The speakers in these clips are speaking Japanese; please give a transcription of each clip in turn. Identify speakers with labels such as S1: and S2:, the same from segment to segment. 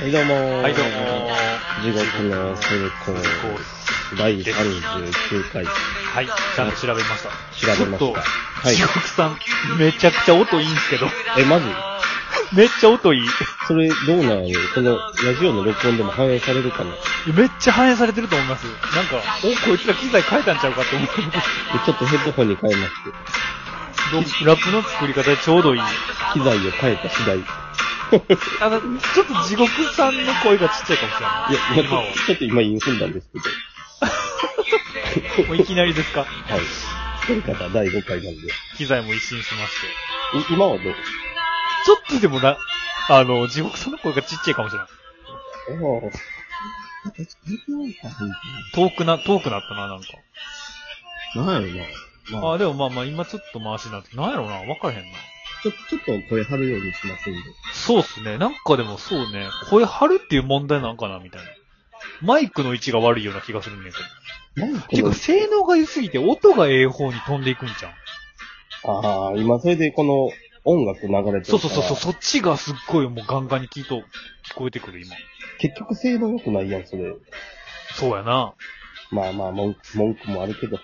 S1: はい、どうもー
S2: はい、どうもー。
S1: 地獄の成功
S2: 地獄を
S1: 第39回、調
S2: はい、ちゃんと調べました。
S1: べま
S2: ちょ
S1: し。
S2: ったと
S1: はい。
S2: 地獄さん、めちゃくちゃ音いいんすけど。
S1: え、マジ
S2: めっちゃ音いい。
S1: それ、どうなんやろこの、ラジオの録音でも反映されるかなで
S2: めっちゃ反映されてると思います。なんか、お、こいつら機材変えたんちゃう かって思う。
S1: ちょっとヘッドホンに変えまして、
S2: どラップの作り方でちょうどいい。
S1: 機材を変えた次第。いや、
S2: あの、ちょっと地獄さんの声がちっちゃいかもしれない。
S1: まあ
S2: 今は
S1: ちょっと今言い踏んだんですけど。
S2: もういきなりですか
S1: はい。作り方第5回なんで。い
S2: 機材も一新しまして。
S1: 今はどう
S2: ちょっとでもな、あの、地獄さんの声がちっちゃいかもしれない。
S1: あ
S2: 遠くな、遠くなったな、なんか。
S1: あ、なんやろな。まあ、
S2: あ、でもまあまあ、今ちょっと回しになって、なんやろうな、わからへんな。
S1: ちょちょっと声張るようにしますんで。
S2: そうっすね。なんかでもそうね、声張るっていう問題なんかな、みたいな。マイクの位置が悪いような気がするんだけど。
S1: なん
S2: てか、性能が良すぎて音がええ方に飛んでいくんじゃん。
S1: ああ、今それでこの音楽流れてるから。
S2: そうそうそうそう、そっちがすっごいもうガンガンに聞いと、聞こえてくる今。
S1: 結局性能良くないやん、それ。
S2: そうやな。
S1: まあまあ、文句文句もあるけど。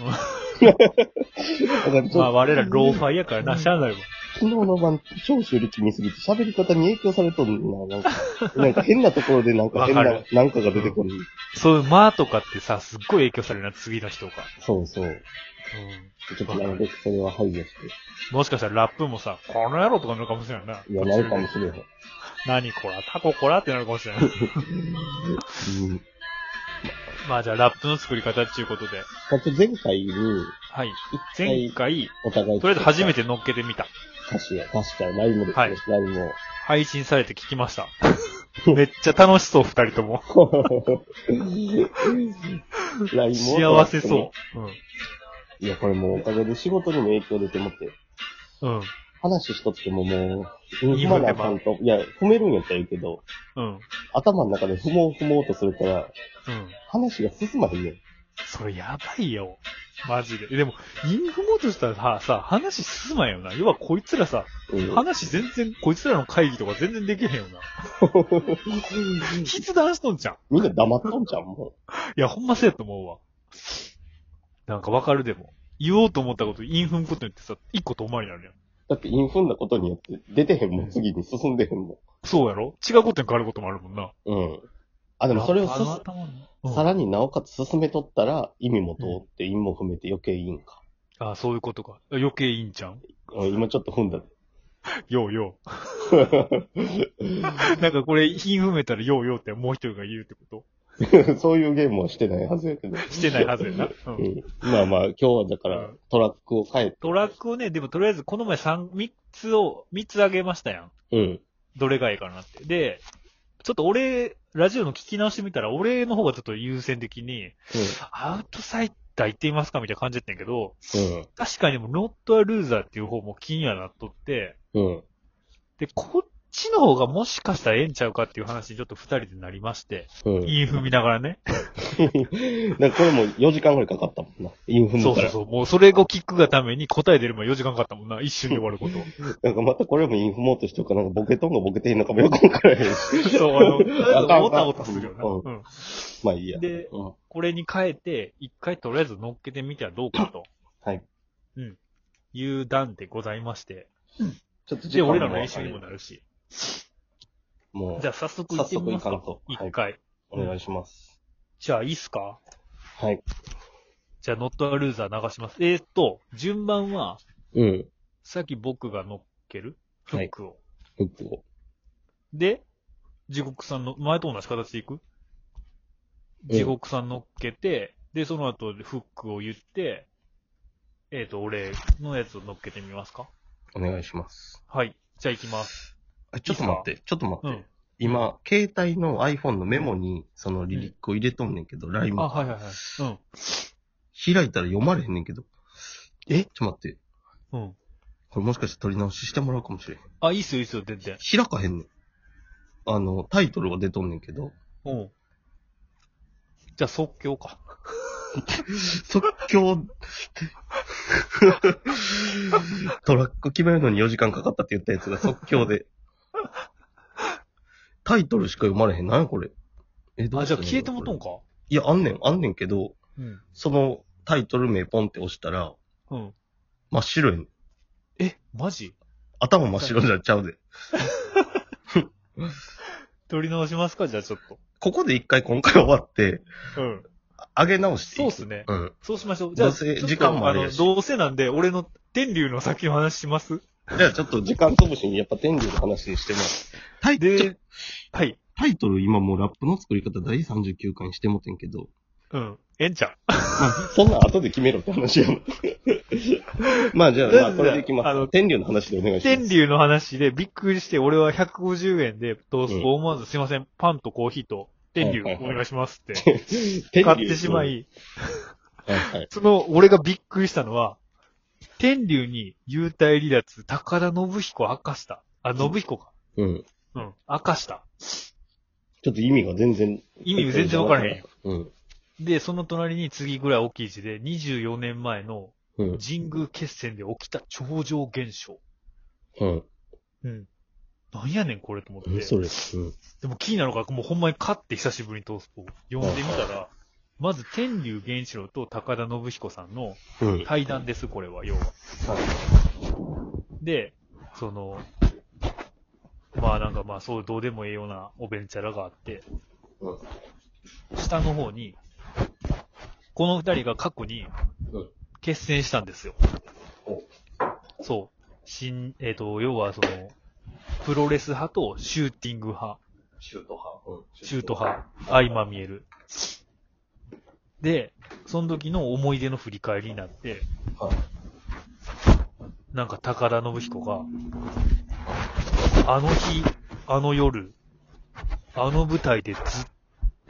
S2: うん
S1: だからちょっと
S2: まあ我らローファイやからな、しゃあないわ。
S1: 昨日の晩、聴取力にすぎて喋り方に影響されとるな。なんか、なんか変なところでなんか変な
S2: わか、
S1: なんかが出てこる。
S2: そういう間とかってさ、すっごい影響されるな、次の人が。
S1: そうそう。ちょっとなるべくそれは排除して。
S2: うん。もしかしたらラップもさ、この野郎とかなるかもしれないな。
S1: いや、なるかもしれへん。
S2: 何こら、タコこらってなるかもしれない。
S1: うん。
S2: まあじゃあラップの作り方っていうことで。
S1: まあちょ前回に、
S2: はい。
S1: 一
S2: 前
S1: 回、
S2: 回、
S1: お互い、
S2: とりあえず初め
S1: て。
S2: て乗っけてみた。
S1: 確か、確か、ライブもです
S2: はい
S1: ね、ライブ も。
S2: 配信されて聞きました。めっちゃ楽しそう、二人とも。
S1: ラインも
S2: 幸せそう。
S1: う。いや、これもうおかげで仕事にも影響出てもって、
S2: うん。うん。
S1: 話しとってももう、
S2: い
S1: 踏
S2: も
S1: ま
S2: ん
S1: なあ
S2: でも
S1: かんと。いや、踏めるんやったらいいけど、
S2: うん。
S1: 頭の中で踏もう踏もうとするから、
S2: うん。
S1: 話が進まへんねん。
S2: それやばいよ。マジで。でも、リングモードしたらさ、さ、話進まんよな。要はこいつらさ、
S1: うん。
S2: 話全然、こいつらの会議とか全然できへんよな。筆談しとんじゃん。
S1: みんな黙っとんじゃん、も
S2: いや、ほんまそうやと思うわ。なんかわかるでも。言おうと思ったこと、インフンことによってさ、一個遠回りになるやん。
S1: う。だって、インフンだことによって、出てへんもん、次に進んでへんも
S2: そうやろ違うことに変わることもあるもんな。
S1: ん。うん。あ、でもそれを
S2: あ
S1: す
S2: の頭のうん
S1: さらになおかつ進めとったら、意味も通って、意味も踏めて余計いいんか。
S2: あそういうことか。余計いいんちゃん
S1: うん今ちょっと踏んだ。
S2: ようよう。 なんかこれ、品踏めたらようようってもう一人が言うってこ
S1: そういうゲームはしてないはずやけど。
S2: としてないはずやな。う
S1: うんん、まあまあ、今日はだから、トラックを変えて、
S2: トラックをね、でもとりあえずこの前三、三つを、三つあげましたやん。
S1: うん。
S2: どれがいいかなって。で、ちょっと俺、ラジオの聞き直してみたら、俺の方がちょっと優先的に、アウトサイダー行ってみますかみたいな感じだったんやけど、確かにもうノットアルーザーっていう方も気にはなっとって、
S1: うん。うん。
S2: で、こっちの方がもしかしたらええんちゃうかっていう話にちょっと二人でなりまして、
S1: うん。
S2: インフ見ながらね。
S1: なんかこれも4時間ぐらいかかったもんな。インフム
S2: そう
S1: か
S2: そう
S1: ら。
S2: そう。もうそれを聞くがために答え出るまで4時間かかった もんな。一瞬で終わること。
S1: なんかまたこれもインフモートしとくか、なんかボケとんがボケていいのかもよくわからへんし。
S2: そう、あの、
S1: あかん
S2: おたおたするよな。
S1: うん
S2: うん。
S1: まあいいや。
S2: で、
S1: うん。
S2: これに変えて、一回とりあえず乗っけてみてはどうかと
S1: はい。
S2: いう段でございまして。
S1: ちょっと
S2: で、俺らの練習にもなるし。
S1: もう、
S2: じゃあ早速行ってみますか。
S1: 早速行かんと
S2: 一回。
S1: お願いします。
S2: じゃあいいっすか
S1: はい。
S2: じゃあノットアルーザー流します。えーっと、順番は、
S1: うん。
S2: さっき僕が乗っけるフックを。
S1: フックを。
S2: で、地獄さんの、前と同じ形でいく
S1: うん
S2: 地獄さん乗っけて、で、その後フックを言って、えっ、と、俺のやつを乗っけてみますか
S1: お願いします。
S2: はい。じゃあ行きます。
S1: あちょっと待って、ちょっと待って。
S2: うん
S1: 今、携帯の iPhone のメモに、そのリリックを入れとんねんけど、ライブ
S2: あ、はいはいはい。
S1: 開いたら読まれへんねんけど。
S2: え
S1: ちょっと待って。
S2: うん。うん。
S1: これもしかして取り直ししてもらうかもしれへん。
S2: あ、いいっすよいいっすよ、全然。
S1: 開かへんねん。あの、タイトルは出とんねんけど。
S2: うん。じゃあ即興か。
S1: 即興、 トラック決めるのに4時間かかったって言ったやつが即興で。タイトルしか読まれへん。なんやこれ。え、し
S2: あ、じ
S1: た
S2: ゃあ
S1: らいいの
S2: 消えてもとんか
S1: いや、あんねん、あんねんけど、
S2: うん。
S1: そのタイトル名ポンって押したら、
S2: うん。
S1: 真っ白やねん。
S2: え、マジ
S1: 頭真っ白じゃちゃうで。
S2: 取り直しますかじゃあちょっと。
S1: ここで一回今回終わって、
S2: うん。
S1: 上げ直していく。
S2: そうっすね
S1: うん。
S2: そうしましょう。じ
S1: ど
S2: ゃ
S1: う
S2: あ、
S1: せ
S2: ちょっと
S1: 時間もあるやし
S2: のどうせなんで、俺の天竜の先の話します
S1: じゃあちょっと時間潰しにやっぱ天竜の話にしてもらう。タイちょ
S2: で、はい。
S1: タイトル今もうラップの作り方第39回にしてもてんけど、
S2: うん。ええんちゃん。
S1: そんなん後で決めろって話やもん。 まあじゃあ、まあこれでいきま
S2: あの
S1: す。天竜の話でお願いしま
S2: 天
S1: す。
S2: 竜の話でびっくりして、俺は150円で、トーストを思わず、すいません、パンとコーヒーと、天竜
S1: はいはい
S2: お
S1: はい
S2: 願いします って、
S1: 天
S2: 買ってしまい、
S1: はいはい。
S2: その、俺がびっくりしたのは、天竜に幽体離脱、高田信彦明かした。あ、信彦か。
S1: うん。
S2: うん。明かした。
S1: ちょっと意味が全然。
S2: 意味全然わからへんよ。
S1: うん。
S2: で、その隣に次ぐらい大きい字で、24年前の
S1: うん。
S2: 神宮決戦で起きた超常現象。
S1: うん。
S2: うん。なんやねん、これと思って。
S1: うん。それ。うん。
S2: でも気になるから、もうほんまに勝って久しぶりにトースポを読んでみたら、まず天竜源一郎と高田信彦さんの
S1: うん。
S2: 対談です、これは、要は。で、その、まあなんかまあそうどうでもええようなおべんちゃらがあって、
S1: うん
S2: 下の方に、この二人が過去に
S1: うん
S2: 決戦したんですよ。
S1: お
S2: そう。新、えっ、と、要はその、プロレス派とシューティング派。
S1: シュート派。うん。
S2: シュート派、相ま見える。で、その時の思い出の振り返りになって、
S1: はい
S2: なんか高田信彦が、あの日、あの夜、あの舞台でず、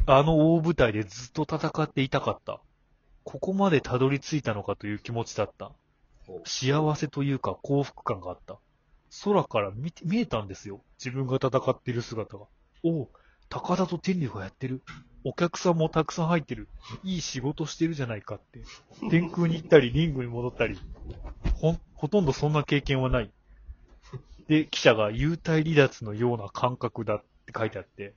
S2: あの大舞台でずっと戦っていたかった。ここまでたどり着いたのかという気持ちだった
S1: お。
S2: 幸せというか幸福感があった。空から見て見えたんですよ。自分が戦っている姿が。おう、高田と天竜がやってる。お客さんもたくさん入ってる。いい仕事してるじゃないかって。天空に行ったり、リングに戻ったり。ほん、ほとんどそんな経験はない。で、記者が幽体離脱のような感覚だって書いてあって。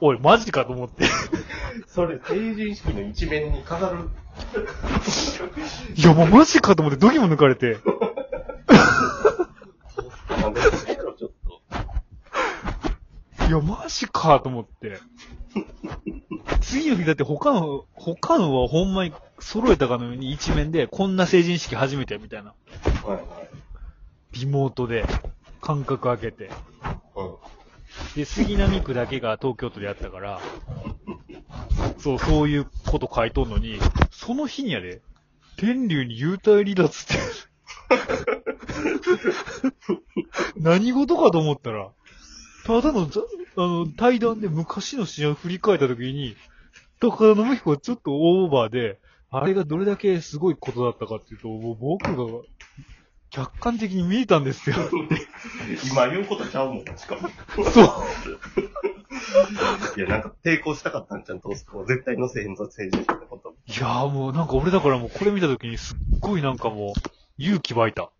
S2: おい、マジかと思って。
S1: それ、成人式の一面に飾る。
S2: いや、もうマジかと思って、ドキも抜かれて。
S1: なんでやめろちょっと。
S2: いや、マジかと思って。次の日だって他の、他のはほんまに揃えたかのように一面で、こんな成人式初めてみたいな。
S1: はいはい。
S2: リモートで、間隔空けて。
S1: うん。
S2: で、杉並区だけが東京都であったから、そう、そういうこと書いとんのに、その日にやで、天竜に幽体離脱って。何事かと思ったら、ただのざ、あの、対談で昔の試合を振り返った時に、高田信彦はちょっとオーバーで、あれがどれだけすごいことだったかっていうと、もう僕が客観的に見えたんですよ。
S1: 今言うことちゃうもん、しかも。
S2: そう。
S1: いや、なんか抵抗したかったんちゃんと、そこ絶対載せへんぞ、政治のこと。
S2: いやーもうなんか俺だからもうこれ見たときにすっごいなんかもう勇気湧い た。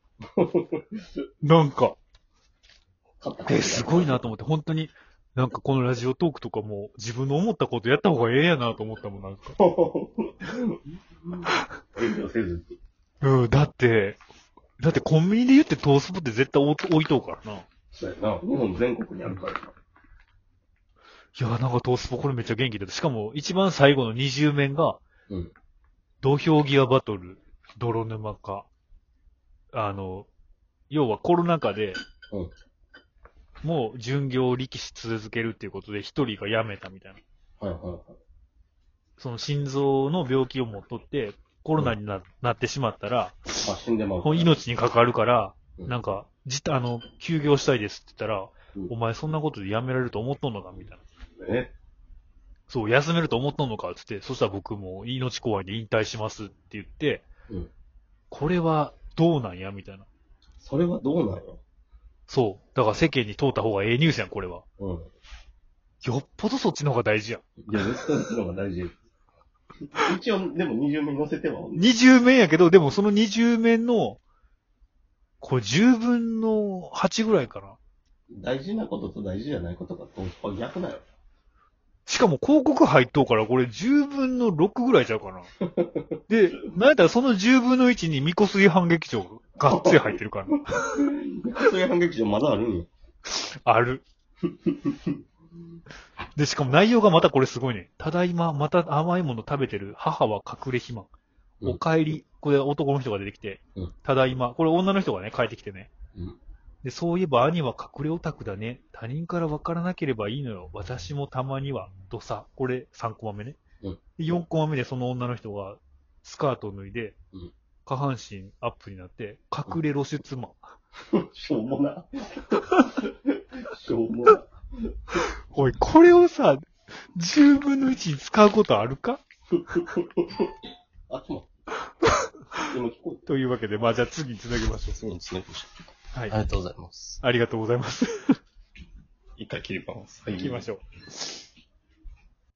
S2: なんか、え、すごいなと思って本当になんかこのラジオトークとかも自分の思ったことやった方がええやなと思ったもんなんか。
S1: 遠慮せずに。
S2: うん、だって、だってコンビニで言ってトースポって絶対置い置いとうからな。い
S1: そうやな。日本全国にあるからな。
S2: やーなんかトースポこれめっちゃ元気だった。しかも一番最後の20面が、
S1: うん
S2: 土俵際バトル、泥沼化。あの、要はコロナ禍で、
S1: うん
S2: もう巡業を力士続けるっていうことで一人が辞めたみたいな。
S1: はいはいはい。
S2: その心臓の病気を持っとって、コロナにな,、なってしまったら、
S1: あ、死んでまうから。
S2: 命に関わるから、
S1: うん
S2: なんか、じあの、休業したいですって言ったら、
S1: うん
S2: お前そんなことで辞められると思っとんのかみたいな。
S1: え
S2: そう、休めると思っとんのかってって、そしたら僕も命怖いんで引退しますって言って、
S1: うん
S2: これはどうなんやみたいな。
S1: それはどうなんよ。
S2: そう。だから世間に通った方がええニュースやん、これは。
S1: うん。
S2: よっぽどそっちの方が大事やん。
S1: いや、絶対そっちの方が大事。一応、でも20面乗せてはおんね
S2: 20面やけど、でもその20面の、これ10分の8ぐらいかな。
S1: 大事なことと大事じゃないことがこう逆だよ。
S2: しかも広告入っとうから、これ10分の6ぐらいちゃ うかな。で、なんやったらその10分の1にミコスイ反撃場がっつり入ってるから、
S1: そういう反撃場まだあるんよ。
S2: ある。で、しかも内容がまたこれすごいね。ただいま、また甘いもの食べてる。母は隠れ肥満。
S1: うん
S2: お帰り。これ男の人が出てきて
S1: うん。
S2: ただいま。これ女の人がね、帰ってきてね
S1: うん。
S2: で、そういえば兄は隠れオタクだね。他人から分からなければいいのよ。私もたまには、ドサ。これ3コマ目ね。
S1: うん
S2: で4コマ目でその女の人がスカートを脱いで
S1: うん、
S2: 下半身アップになって、隠れ露出マン。
S1: しょうも な。しょうもな。
S2: おい、これをさ、10分の1に使うことあるか
S1: あ、ちょっ と待って今聞こえ
S2: というわけで、まあじゃあ次につなげましょ
S1: た。そうですね。あ
S2: う。はい。
S1: りがとうございます。
S2: ありがとうございます。
S1: 一回切ります。は
S2: 行きましょう。